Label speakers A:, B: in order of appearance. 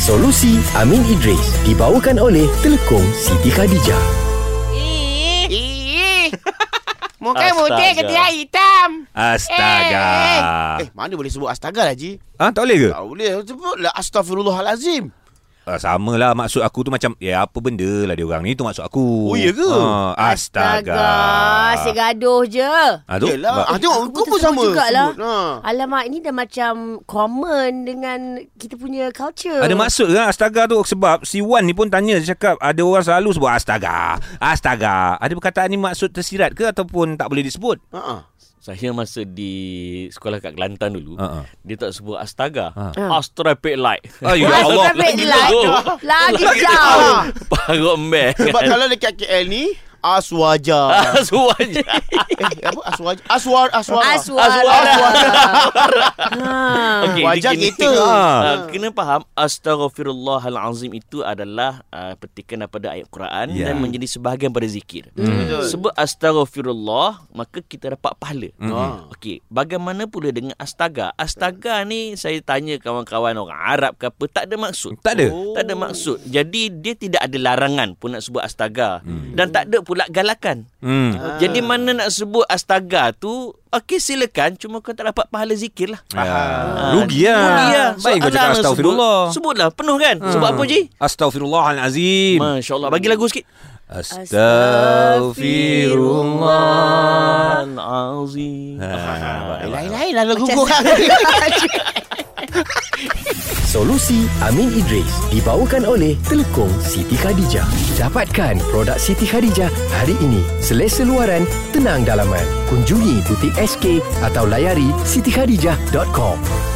A: Solusi Amin Idris dibawakan oleh Telekong Siti Khadijah.
B: Ih, ih. Muka
C: Astaga.
B: putih ketiak hitam.
C: Astaga.
D: Eh, mana boleh sebut astaga lah, Ji?
C: Ah, tak boleh ke?
D: Tak boleh. Sebut lah astagfirullahalazim.
C: Ah, sama lah maksud aku tu macam ya apa benda lah dia orang ni tu maksud aku.
D: Oh, iya ke?
C: Ah, astaga. astaga.
E: Segaduh je.
C: Ah, tu,
D: Yelah. Ah,
C: ba-
D: tengok,
E: aku
D: kau pun
E: tersebut
D: sama.
E: jugalah.
D: Sebut. Ha.
E: Alamak, ini dah macam common dengan kita punya culture.
C: ada maksud kan astaga tu sebab si Wan ni pun tanya dia cakap ada orang selalu sebut astaga. Astaga. Ada perkataan ni maksud tersirat ke ataupun tak boleh disebut?
D: Ha. ha.
F: Saya masa di sekolah kat Kelantan dulu,
C: Ha, ha.
F: dia tak sebut astaga.
E: Ha.
F: Uh. Astrapid light.
C: Ah, ya Allah.
E: Lagi jauh. Lagi
F: jauh.
E: jauh.
F: Parut
D: Ah,
F: meh. Ah,
D: Sebab kalau dekat KL ni, aswaja. eh,
F: Aswaja.
D: apa? Aswaja. Aswar, aswara.
E: Aswara.
F: Aswara.
E: ha.
F: Okey,
D: Wajah
F: dia
D: kita.
F: Ah, kena faham Astaghfirullahalazim itu adalah uh, petikan daripada ayat Quran yeah.
C: Ya.
F: dan menjadi sebahagian pada zikir. Hmm. Sebut astaghfirullah maka kita dapat pahala.
D: Ah.
F: Okey, bagaimana pula dengan astaga? Astaga ni saya tanya kawan-kawan orang Arab ke apa tak ada maksud.
C: Tak ada.
F: Oh. Tak ada maksud. Jadi dia tidak ada larangan pun nak sebut astaga hmm. dan tak ada pula galakan.
C: Hmm.
F: Jadi mana nak sebut astaga tu Okey silakan Cuma kau tak dapat pahala zikir lah
C: Ah, rugi lah.
F: Rugi lah Sebab
C: Baik kau cakap
F: Allah nak
C: astagfirullah.
F: sebut. Sebutlah penuh kan hmm. Sebab apa Ji?
C: Astaghfirullahalazim.
F: Masya Allah Bagi lagu sikit
C: Astaghfirullah.
F: Al-Azim
C: Ha.
D: Lain-lain lah lagu korang.
A: Solusi Amin Idris dibawakan oleh Telekong Siti Khadijah. Dapatkan produk Siti Khadijah hari ini. Selesa luaran, tenang dalaman. Kunjungi butik SK atau layari sitikhadijah.com.